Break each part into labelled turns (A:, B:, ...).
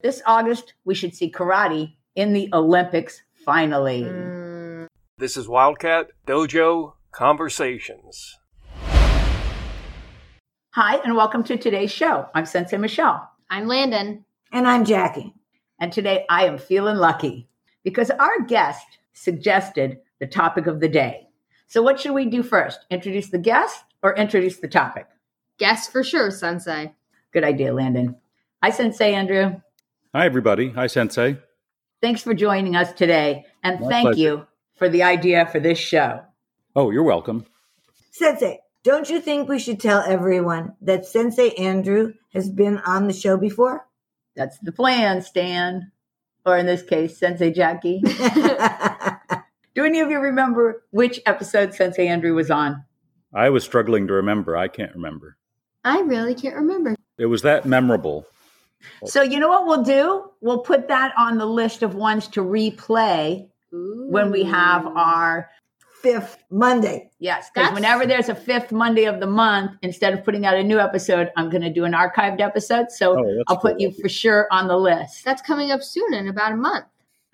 A: This August, we should see karate in the Olympics finally.
B: Mm.
C: This is Wildcat Dojo Conversations.
A: Hi, and welcome to today's show. I'm Sensei Michelle,
D: I'm Landon.
B: And I'm Jackie.
A: and today I am feeling lucky because our guest suggested the topic of the day. So, what should we do first? Introduce the guest or introduce the topic?
D: Guess for sure, Sensei.
A: Good idea, Landon. Hi, Sensei Andrew.
E: Hi, everybody. Hi, Sensei.
A: Thanks for joining us today, and
E: My
A: thank
E: pleasure.
A: you for the idea for this show.
E: Oh, you're welcome.
B: Sensei, don't you think we should tell everyone that Sensei Andrew has been on the show before?
A: That's the plan, Stan, or in this case, Sensei Jackie. Do any of you remember which episode Sensei Andrew was on?
E: I was struggling to remember. I can't remember.
D: I really can't remember.
E: It was that memorable.
A: So, you know what we'll do? We'll put that on the list of ones to replay when we have our,
B: Fifth Monday.
A: yes, because
D: That's-
A: whenever there's a fifth Monday of the month, instead of putting out a new episode, I'm going to do an archived episode. So,
E: Oh, that's
A: I'll put
E: cool.
A: you for sure on the list.
D: That's coming up soon in about a month.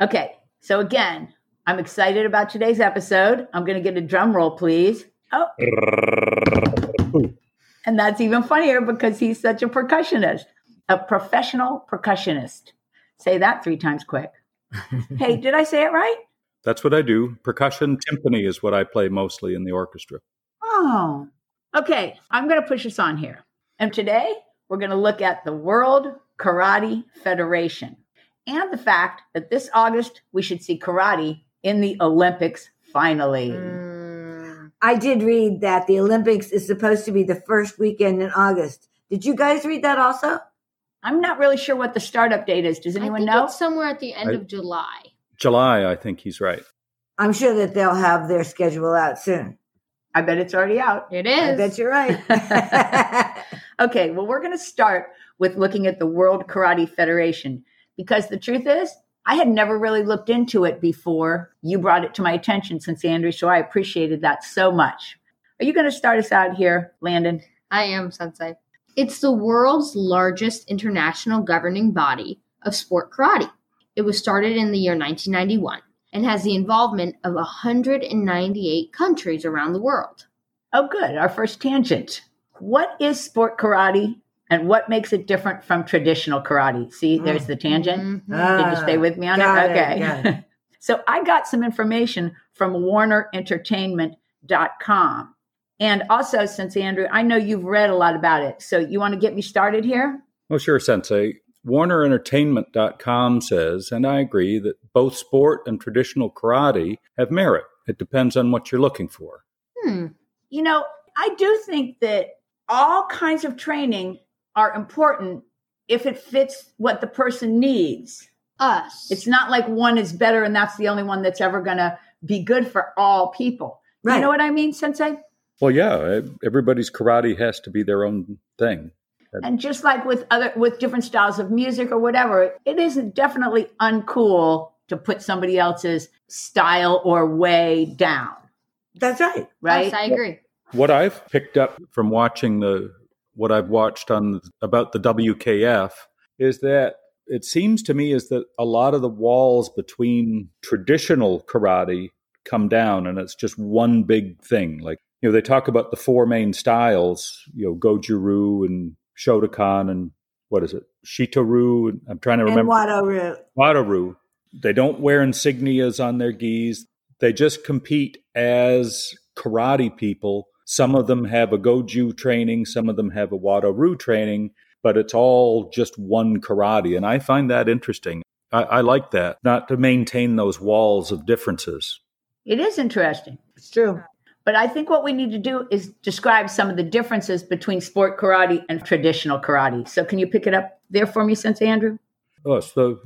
A: Okay. So, again, I'm excited about today's episode. I'm going to get a drum roll, please. Oh, And that's even funnier because he's such a percussionist, a professional percussionist. Say that three times quick. hey, did I say it right?
E: That's what I do. Percussion timpani is what I play mostly in the orchestra.
A: Oh, okay. I'm going to push us on here. And today we're going to look at the World Karate Federation and the fact that this August we should see karate in the Olympics finally.
D: Mm.
B: I did read that the Olympics is supposed to be the first weekend in August. Did you guys read that also?
A: I'm not really sure what the startup date is. Does
D: I
A: anyone
D: think
A: know?
D: it's somewhere at the end
E: I-
D: of July.
E: July, I think he's right.
B: I'm sure that they'll have their schedule out soon.
A: I bet it's already out.
D: It
B: I
D: is.
B: bet you're right.
A: Okay, well, we're going to start with looking at the World Karate Federation because the truth is, I had never really looked into it before you brought it to my attention, since Andrew, so I appreciated that so much. Are you going to start us out here, Landon?
D: I am Sensei. It's the world's largest international governing body of sport karate. It was started in the year 1991 and has the involvement of 198 countries around the world.
A: Oh, good, our first tangent. What is sport karate and what makes it different from traditional karate? See, there's the tangent.
D: Mhm.
A: Did you stay
B: Ah.
A: with me on it?
B: got it,
A: Okay.
B: got
A: so I got some information from warnerentertainment.com. And also, since Andrew, I know you've read a lot about it. So you want to get me started here?
E: Well, sure, Sensei. WarnerEntertainment.com says, and I agree, that both sport and traditional karate have merit. It depends on what you're looking for.
D: Hmm.
A: You know, I do think that all kinds of training are important if it fits what the person needs.
D: Us.
A: It's not like one is better and that's the only one that's ever going to be good for all people.
B: Right.
A: You know what I mean, Sensei?
E: Well, yeah, e-, everybody's karate has to be their own thing.
A: And just like with other with different styles of music or whatever, it isn't definitely uncool to put somebody else's style or way down,
B: That's right.
A: right?
D: Us, I agree.
E: What I've picked up from watching the what I've watched on about the WKF is that it seems to me is that a lot of the walls between traditional karate come down and it's just one big thing. Like, you know, they talk about the four main styles, you know, Goju-Ryu and Shotokan and what is it? Shitoru and I'm trying to
B: And
E: remember
B: Wado Root.
E: Wadaru. They don't wear insignias on their gis. They just compete as karate people. Some of them have a goju training, some of them have a wadaru training, but it's all just one karate. And I find that interesting. I, I like that, not to maintain those walls of differences.
A: It is interesting.
B: It's true.
A: But I think what we need to do is describe some of the differences between sport karate and traditional karate. So can you pick it up there for me, Sensei Andrew?
E: Oh, so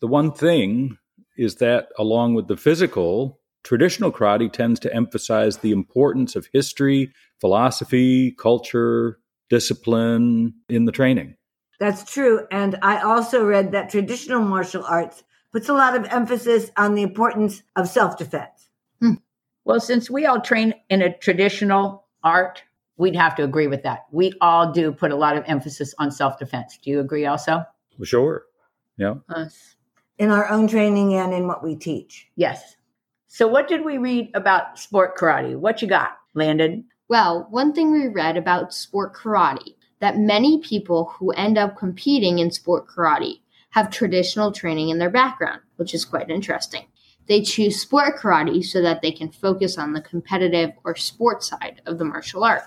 E: the one thing is that along with the physical, traditional karate tends to emphasize the importance of history, philosophy, culture, discipline in the training.
B: That's true. And I also read that traditional martial arts puts a lot of emphasis on the importance of self defense.
A: Well, since we all train in a traditional art, we'd have to agree with that. We all do put a lot of emphasis on self-defense. Do you agree also?
E: Sure. Yeah.
D: Us.
B: in our own training and in what we teach.
A: Yes. So, what did we read about sport karate? What you got, Landon?
D: Well, one thing we read about sport karate that many people who end up competing in sport karate have traditional training in their background, which is quite interesting. They choose sport karate so that they can focus on the competitive or sport side of the martial art.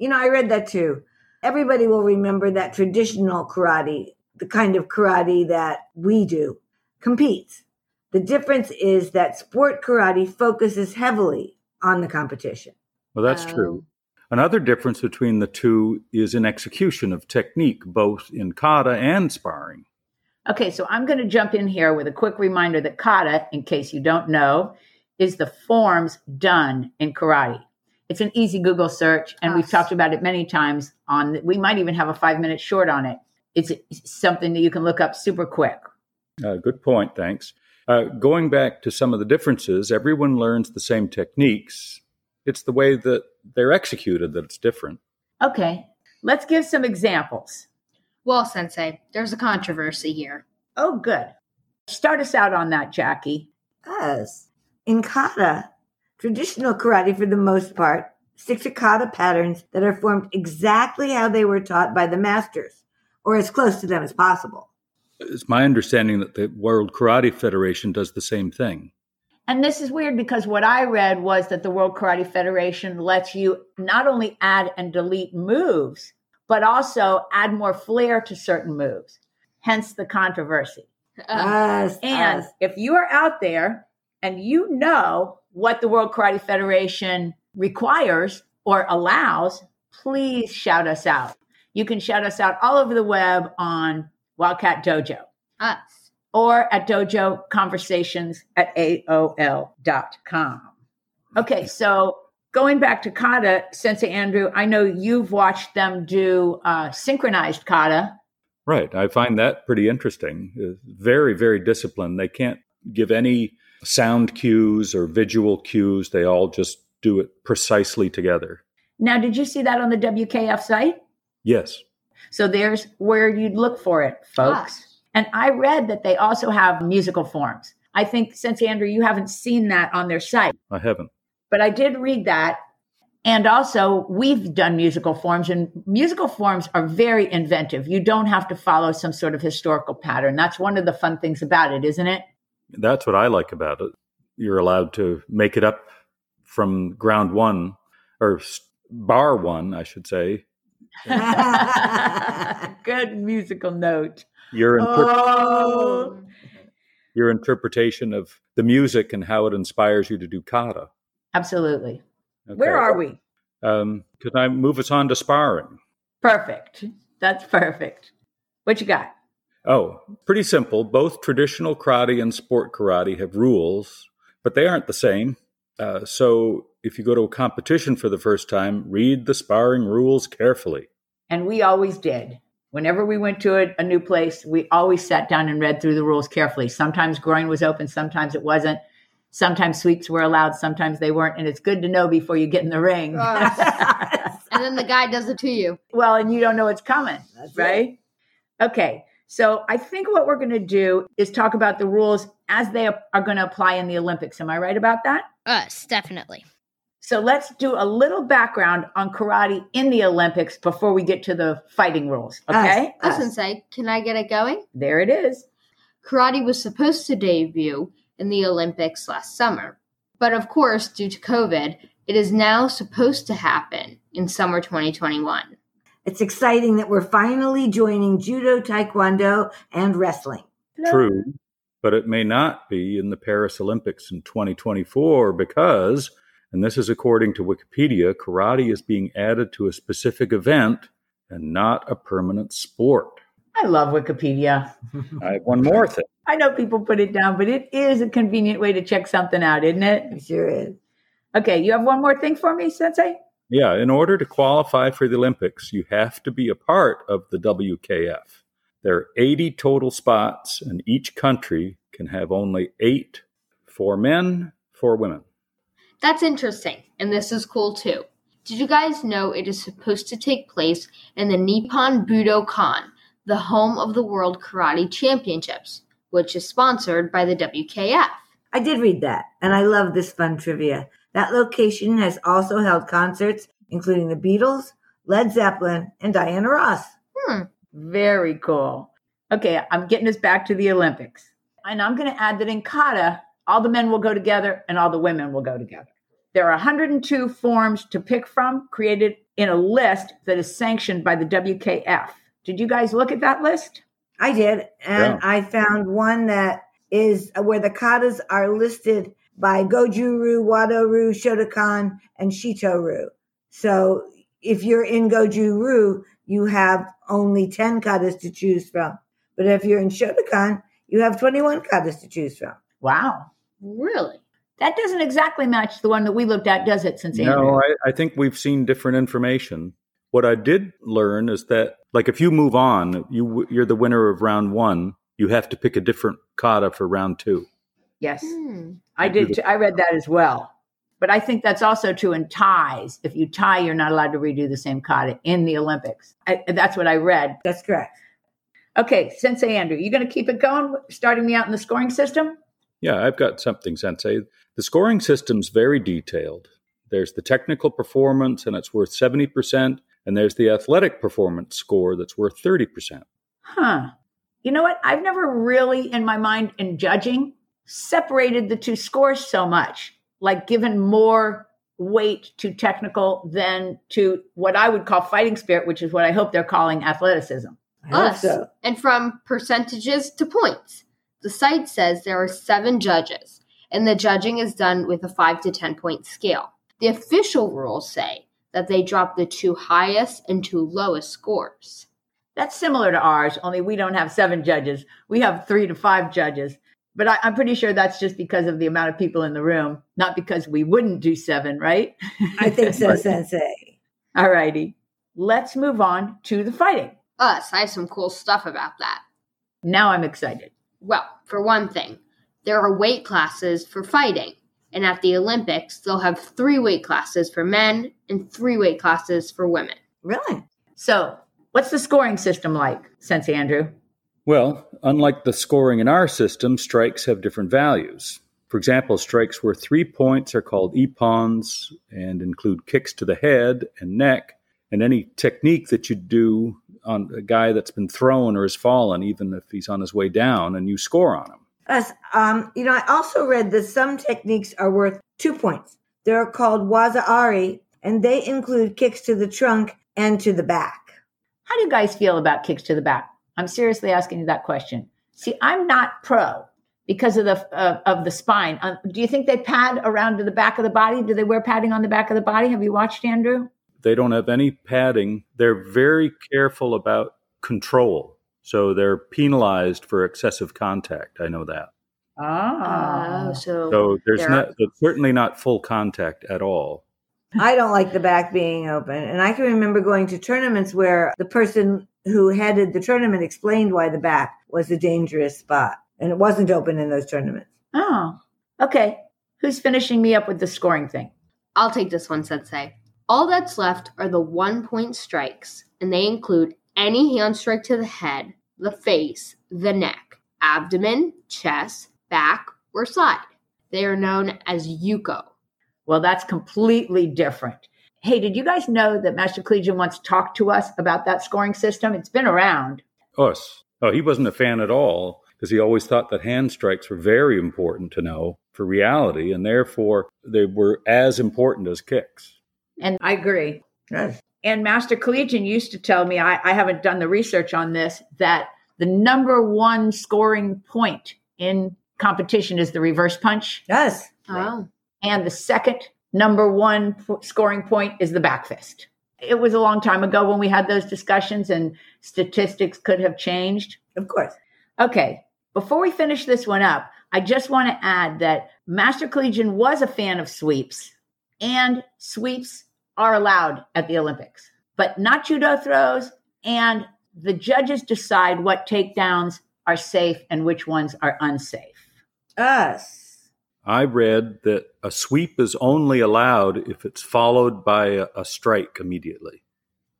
B: You know, I read that too. Everybody will remember that traditional karate, the kind of karate that we do, competes. The difference is that sport karate focuses heavily on the competition.
E: Well, that's true. Another difference between the two is in execution of technique, both in kata and sparring.
A: Okay, so I'm going to jump in here with a quick reminder that kata, in case you don't know, is the forms done in karate. It's an easy Google search, and we've
D: Us.
A: talked about it many times. On we might even have a five minute short on it. It's something that you can look up super quick.
E: Uh, good point, thanks. Uh, going back to some of the differences, everyone learns the same techniques. It's the way that they're executed that it's different.
A: Okay, let's give some examples.
D: Well, Sensei, there's a controversy here.
A: Oh, good. Start us out on that, Jackie.
B: As in kata, traditional karate for the most part sticks to kata patterns that are formed exactly how they were taught by the masters, or as close to them as possible.
E: It's my understanding that the World Karate Federation does the same thing.
A: And this is weird because what I read was that the World Karate Federation lets you not only add and delete moves, but also add more flair to certain moves, hence the controversy.
D: Uh,
B: Us,
A: And
B: us.
A: if you are out there and you know what the World Karate Federation requires or allows, please shout us out. You can shout us out all over the web on Wildcat Dojo
D: us.
A: or at dojo conversations at aol.com. Okay, so going back to kata, Sensei Andrew, I know you've watched them do uh, synchronized kata.
E: Right. I find that pretty interesting. Uh, Very, very disciplined. They can't give any sound cues or visual cues, they all just do it precisely together.
A: Now, did you see that on the WKF site?
E: Yes.
A: So there's where you'd look for it, folks.
D: Us.
A: And I read that they also have musical forms. I think, Sensei Andrew, you haven't seen that on their site.
E: I haven't.
A: but I did read that. And also, we've done musical forms, and musical forms are very inventive. You don't have to follow some sort of historical pattern. That's one of the fun things about it, isn't it?
E: That's what I like about it. You're allowed to make it up from ground one or s- bar one, I should say.
A: Good musical note.
E: Your, interp-
A: Oh,
E: your interpretation of the music and how it inspires you to do kata.
A: absolutely. Where are we?
E: Um, could I move us on to sparring?
A: Perfect. That's perfect. What you got?
E: Oh, pretty simple. Both traditional karate and sport karate have rules, but they aren't the same. Uh, so if you go to a competition for the first time, read the sparring rules carefully.
A: And we always did. Whenever we went to a, a new place, we always sat down and read through the rules carefully. Sometimes groin was open, sometimes it wasn't. Sometimes sweeps were allowed, sometimes they weren't. And it's good to know before you get in the ring.
D: Us. and then the guy does it to you.
A: well, and you don't know it's coming,
B: That's
A: right? Okay. So I think what we're going to do is talk about the rules as they are going to apply in the Olympics. Am I right about that?
F: Us, definitely.
A: So let's do a little background on karate in the Olympics before we get to the fighting rules. Okay.
D: Us,
B: Us.
D: Uh, Sensei, can I get it going?
A: There it is.
D: Karate was supposed to debut in the Olympics last summer. But of course, due to COVID, it is now supposed to happen in summer 2021.
B: It's exciting that we're finally joining judo, taekwondo, and wrestling.
E: True, but it may not be in the Paris Olympics in 2024 because, and this is according to Wikipedia, karate is being added to a specific event and not a permanent sport.
A: I love Wikipedia.
E: I have one more thing.
A: I know people put it down, but it is a convenient way to check something out, isn't it?
B: It sure is.
A: Okay, you have one more thing for me, Sensei?
E: Yeah, in order to qualify for the Olympics, you have to be a part of the WKF. There are 80 total spots, and each country can have only eight for men, for women.
D: That's interesting, and this is cool too. Did you guys know it is supposed to take place in the Nippon Budokan, the home of the World Karate Championships, which is sponsored by the WKF.
B: I did read that, and I love this fun trivia. That location has also held concerts, including the Beatles, Led Zeppelin, and Diana Ross.
D: Hmm.
A: Very cool. Okay, I'm getting us back to the Olympics. And I'm going to add that in kata, all the men will go together and all the women will go together. There are 102 forms to pick from created in a list that is sanctioned by the WKF. Did you guys look at that list?
B: I did, and
E: Yeah.
B: I found one that is uh, where the katas are listed by Goju-Ryu, Wado-Ryu, Shotokan, and Shito-Ryu. So if you're in Goju-Ryu, you have only 10 katas to choose from. But if you're in Shotokan, you have 21 katas to choose from.
A: Wow.
D: Really?
A: That doesn't exactly match the one that we looked at, does it, since
E: No, I, I think we've seen different information. What I did learn is that, like, if you move on, you you're the winner of round one. You have to pick a different kata for round two.
A: Yes,
D: Hmm.
A: I did. Too. I read that as well. But I think that's also true in ties. If you tie, you're not allowed to redo the same kata in the Olympics. I, that's what I read.
B: That's correct.
A: Okay, Sensei Andrew, you going to keep it going, starting me out in the scoring system?
E: Yeah, I've got something, Sensei. The scoring system's very detailed. There's the technical performance, and it's worth 70%, and there's the athletic performance score that's worth 30%.
A: Huh. You know what? I've never really, in my mind, in judging, separated the two scores so much, like given more weight to technical than to what I would call fighting spirit, which is what I hope they're calling athleticism.
B: I hope
D: Us.
B: so.
D: And from percentages to points. The site says there are seven judges, and the judging is done with a 5 to 10 point scale. The official rules say that they drop the two highest and two lowest scores.
A: That's similar to ours, only we don't have seven judges. We have three to five judges. But I, I'm pretty sure that's just because of the amount of people in the room, not because we wouldn't do seven, right?
B: I think so, Sensei.
A: All righty. Let's move on to the fighting.
D: Us, I have some cool stuff about that.
A: Now I'm excited.
D: Well, for one thing, there are weight classes for fighting, and at the Olympics, they'll have three weight classes for men and three weight classes for women.
B: Really?
A: So, what's the scoring system like, Sensei Andrew?
E: Well, unlike the scoring in our system, strikes have different values. For example, strikes worth three points are called epons and include kicks to the head and neck, and any technique that you do on a guy that's been thrown or has fallen, even if he's on his way down, and you score on him.
B: Us. Um, you know, I also read that some techniques are worth two points. They're called wazaari, and they include kicks to the trunk and to the back.
A: How do you guys feel about kicks to the back? I'm seriously asking you that question. See, I'm not pro because of the of, of the spine. Um, do you think they pad around to the back of the body? Do they wear padding on the back of the body? Have you watched Andrew?
E: They don't have any padding. They're very careful about control. So they're penalized for excessive contact. I know that.
A: Oh,
D: Oh, so,
E: So there's
D: there
E: not
D: are-
E: there's certainly not full contact at all.
B: I don't like the back being open. And I can remember going to tournaments where the person who headed the tournament explained why the back was a dangerous spot. And it wasn't open in those tournaments.
A: oh, okay. Who's finishing me up with the scoring thing?
D: I'll take this one, Sensei. All that's left are the one point strikes, and they include any hand strike to the head, the face, the neck, abdomen, chest, back, or side. They are known as yuko.
A: Well, that's completely different. Hey, did you guys know that Master Collegian once talked to us about that scoring system? It's been around.
E: Us. Oh, he wasn't a fan at all because he always thought that hand strikes were very important to know for reality, and therefore they were as important as kicks.
A: And I agree.
B: Yes.
A: And Master Collegian used to tell me, I, I haven't done the research on this, that the number one scoring point in competition is the reverse punch.
B: Yes.
D: Oh.
A: And the second number one f- scoring point is the back fist. It was a long time ago when we had those discussions, and statistics could have changed.
B: Of course.
A: Okay. Before we finish this one up, I just want to add that Master Collegian was a fan of sweeps, and sweeps are allowed at the Olympics, but not judo throws. And the judges decide what takedowns are safe and which ones are unsafe.
B: Us.
E: I read that a sweep is only allowed if it's followed by a, a strike immediately.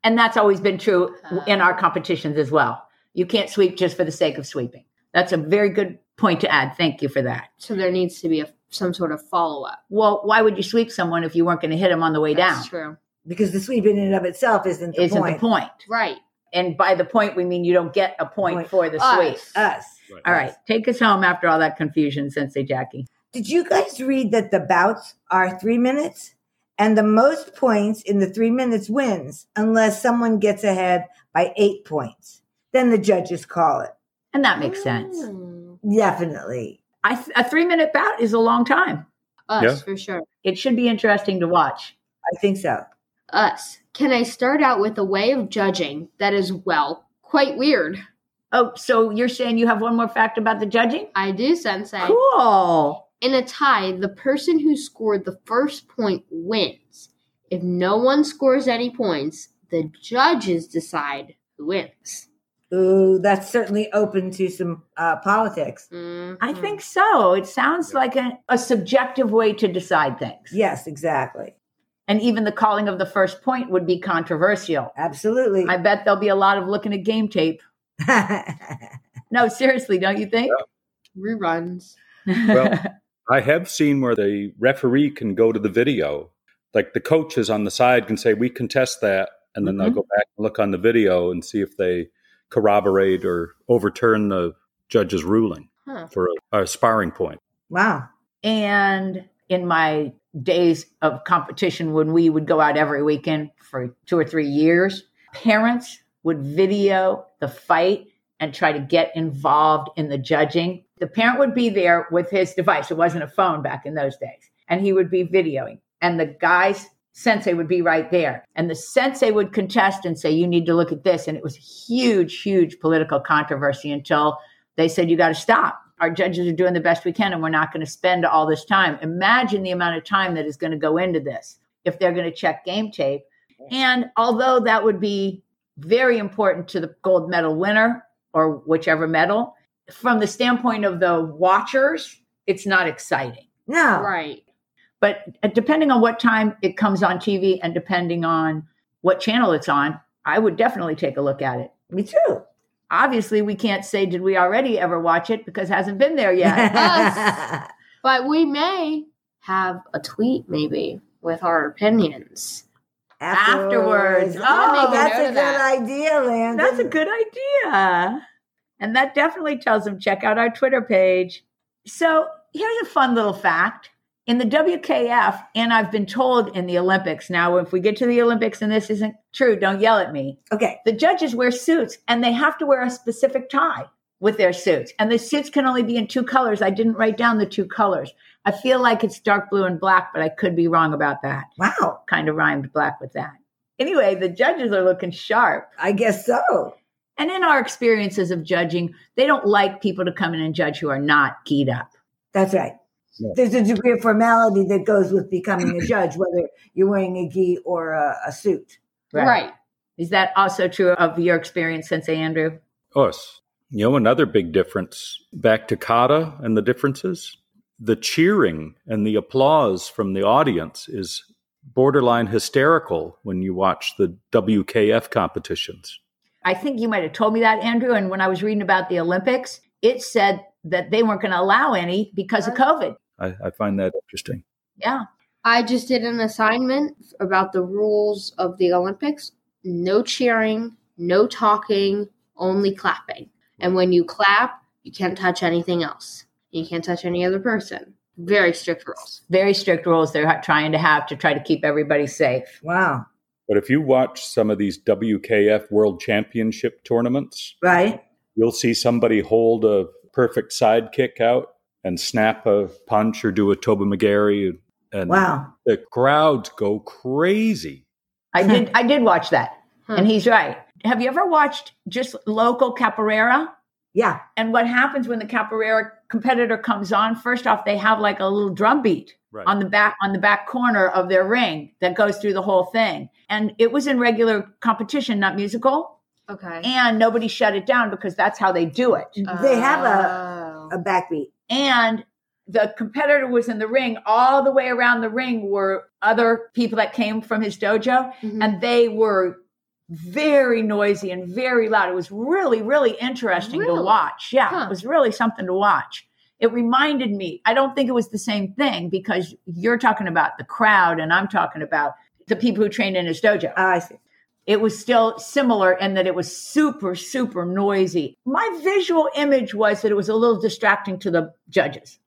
A: And that's always been true in our competitions as well. You can't sweep just for the sake of sweeping. That's a very good point to add. Thank you for that.
D: So there needs to be a, some sort of follow up.
A: Well, why would you sweep someone if you weren't going to hit them on the way down?
D: That's true.
B: because the sweep in and of itself isn't the
A: Isn't
B: point.
A: the point.
D: Right.
A: And by the point, we mean you don't get a point,
B: Point.
A: for the
D: Us.
A: sweep.
B: Us.
A: All right, take us home after all that confusion, Sensei Jackie.
B: Did you guys read that the bouts are three minutes? And the most points in the three minutes wins, unless someone gets ahead by eight points. Then the judges call it.
A: And that makes sense.
D: Mm.
B: Definitely.
A: I th- a three minute bout is a long time.
D: Us,
E: Yeah.
D: for sure.
A: It should be interesting to watch.
B: I think so.
D: Us. Can I start out with a way of judging that is, well, quite weird?
A: Oh, so you're saying you have one more fact about the judging?
D: I do, Sensei.
A: Cool.
D: In a tie, the person who scored the first point wins. If no one scores any points, the judges decide who wins.
B: Ooh, that's certainly open to some uh, politics.
A: I
D: Mm-hmm.
A: think so. It sounds like a, a subjective way to decide things.
B: Yes, exactly.
A: And even the calling of the first point would be controversial.
B: Absolutely.
A: I bet there'll be a lot of looking at game tape. No, seriously, don't you think?
D: reruns.
E: Well- I have seen where the referee can go to the video. Like the coaches on the side can say, we contest that. And then they'll go back and look on the video and see if they corroborate or overturn the judge's ruling
D: Huh.
E: for a, a sparring point.
B: wow.
A: and in my days of competition, when we would go out every weekend for two or three years, parents would video the fight and try to get involved in the judging. The parent would be there with his device. It wasn't a phone back in those days. And he would be videoing. And the guy's sensei would be right there. And the sensei would contest and say, You need to look at this. And it was huge, huge political controversy until they said, You got to stop. Our judges are doing the best we can, and we're not going to spend all this time. Imagine the amount of time that is going to go into this if they're going to check game tape. And although that would be very important to the gold medal winner or whichever medal, from the standpoint of the watchers, it's not exciting. Oh.
B: No.
D: Right.
A: But uh, depending on what time it comes on TV and depending on what channel it's on, I would definitely take a look at it.
B: Me too.
A: Obviously, we can't say, did we already ever watch it because it hasn't been there yet.
D: Us. But we may have a tweet maybe with our opinions.
A: Afterwards.
B: Oh,
A: Oh,
B: that's
D: make a note
B: a
D: of
B: good
D: that.
B: idea, Landon.
A: That's a good idea. And that definitely tells them check out our Twitter page. So here's a fun little fact. In the WKF, and I've been told in the Olympics, now if we get to the Olympics and this isn't true, don't yell at me.
B: Okay.
A: The judges wear suits and they have to wear a specific tie with their suits. And the suits can only be in two colors. I didn't write down the two colors. I feel like it's dark blue and black, but I could be wrong about that.
B: Wow.
A: Kind of rhymed black with that. Anyway, the judges are looking sharp.
B: I guess so.
A: And in our experiences of judging, they don't like people to come in and judge who are not keyed up.
B: That's right.
E: Yeah.
B: There's a degree of formality that goes with becoming a judge, whether you're wearing a gi or a, a suit.
D: Right.
A: Is that also true of your experience, Sensei Andrew?
E: Us. Oh, You know, another big difference back to kata and the differences. The cheering and the applause from the audience is borderline hysterical when you watch the WKF competitions.
A: I think you might have told me that, Andrew. And when I was reading about the Olympics, it said that they weren't going to allow any because of COVID.
E: I, I find that interesting.
A: Yeah.
D: I just did an assignment about the rules of the Olympics. No cheering, no talking, only clapping. And when you clap, you can't touch anything else. You can't touch any other person. Very strict rules.
A: Very strict rules they're trying to have to try to keep everybody safe.
B: Wow.
E: But if you watch some of these WKF World Championship tournaments,
B: Right?
E: you'll see somebody hold a perfect side kick out and snap a punch or do a Toba McGarry. And
B: Wow.
E: the crowds go crazy.
A: I did I did watch that.
D: Huh.
A: And he's right. Have you ever watched just local capoeira?
B: Yeah.
A: And what happens when the capoeira competitor comes on? First off, they have like a little drum beat
E: Right.
A: on the back on the back corner of their ring that goes through the whole thing. And it was in regular competition, not musical.
D: Okay.
A: And nobody shut it down because that's how they do it.
B: They have a,
D: Oh.
B: a backbeat.
A: And the competitor was in the ring. All the way around the ring were other people that came from his dojo,
D: Mhm.
A: and they were very noisy and very loud. It was really, really interesting
D: Really?
A: to watch. Yeah,
D: Huh.
A: it was really something to watch. It reminded me, I don't think it was the same thing because you're talking about the crowd and I'm talking about the people who trained in his dojo
B: Ah, I see.
A: it was still similar in that it was super, super noisy. My visual image was that it was a little distracting to the judges,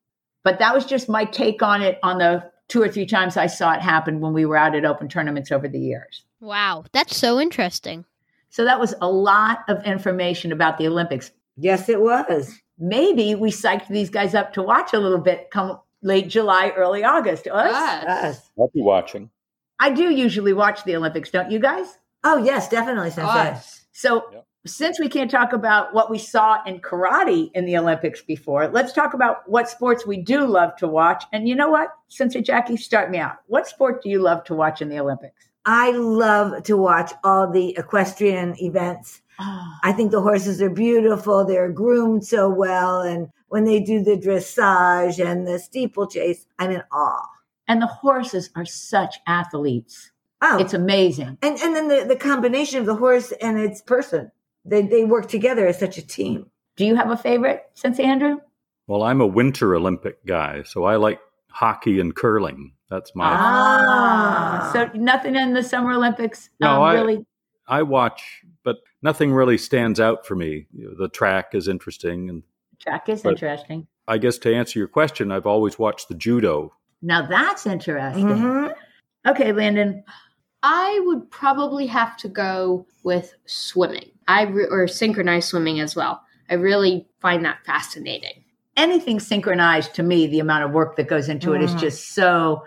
A: but that was just my take on it on the two or three times I saw it happen when we were out at open tournaments over the years.
F: Wow, that's so interesting.
A: So that was a lot of information about the Olympics.
B: Yes, it was.
A: Maybe we psyched these guys up to watch a little bit come late July, early August. Us?
D: Us.
B: Us.
E: I'll be watching.
A: I do usually watch the Olympics, don't you guys?
B: Oh, yes, definitely, Sensei.
D: Us.
A: So,
E: Yep.
A: since we can't talk about what we saw in karate in the Olympics before, let's talk about what sports we do love to watch. And you know what? Sensei Jackie, start me out. What sport do you love to watch in the Olympics?
B: I love to watch all the equestrian events.
A: Oh,
B: I think the horses are beautiful. They're groomed so well. And when they do the dressage and the steeplechase, I'm in awe.
A: and the horses are such athletes.
B: Oh,
A: It's amazing.
B: and, and then the, the combination of the horse and its person, they, they work together as such a team.
A: Do you have a favorite, Sensei Andrew?
E: Well, I'm a Winter Olympic guy, so I like hockey and curling. That's my.
B: Ah.
A: So, nothing in the Summer Olympics? um,
E: No, I-
A: really?
E: I watch, but nothing really stands out for me. You know, The track is interesting, and
A: Track is
E: But-
A: interesting.
E: I guess to answer your question, I've always watched the judo.
A: Now, that's interesting.
B: Mhm.
A: Okay, Landon.
D: I would probably have to go with swimming. I re- or synchronized swimming as well. I really find that fascinating.
A: Anything synchronized to me, the amount of work that goes into it is
B: Mhm.
A: just so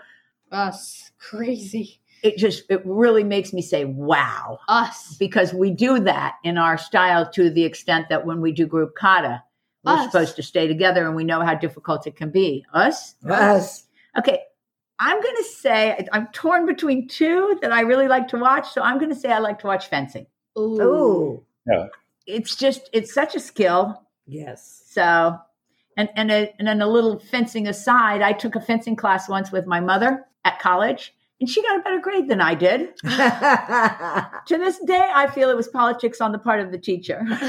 D: Us crazy.
A: it just it really makes me say wow
D: Us.
A: because we do that in our style to the extent that when we do group kata we're
D: Us.
A: supposed to stay together and we know how difficult it can be us
B: Us.
A: okay i'm going to say i'm torn between two that i really like to watch so i'm going to say i like to watch fencing
D: Ooh.
B: Ooh.
A: it's just it's such a skill
B: Yes.
A: So, and and a, and then a little fencing aside, I took a fencing class once with my mother at college, and she got a better grade than I did. to this day, I feel it was politics on the part of the teacher.
B: that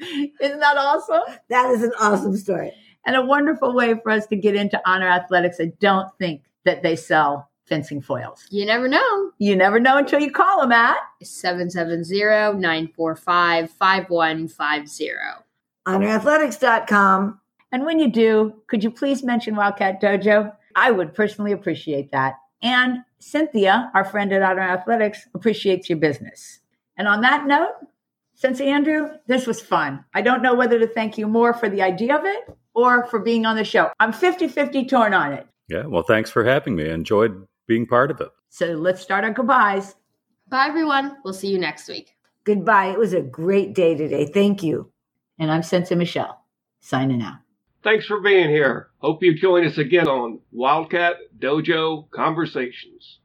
A: Isn't that awesome?
B: is an awesome story.
A: And a wonderful way for us to get into honor athletics. I don't think that they sell fencing foils.
D: You never know.
A: You never know until you call them at.
D: 770-945-5150.
B: HonorAthletics.com.
A: And when you do, could you please mention Wildcat Dojo? I would personally appreciate that. And Cynthia, our friend at Otter Athletics, appreciates your business. And on that note, Sensei Andrew, this was fun. I don't know whether to thank you more for the idea of it or for being on the show. I'm 50 50 torn on it.
E: Yeah, well, thanks for having me. I enjoyed being part of it.
A: So let's start our goodbyes.
D: Bye everyone. We'll see you next week.
B: Goodbye. It was a great day today. Thank you.
A: And I'm Sensei Michelle, signing out.
C: Thanks for being here. Hope you join us again on Wildcat Dojo Conversations.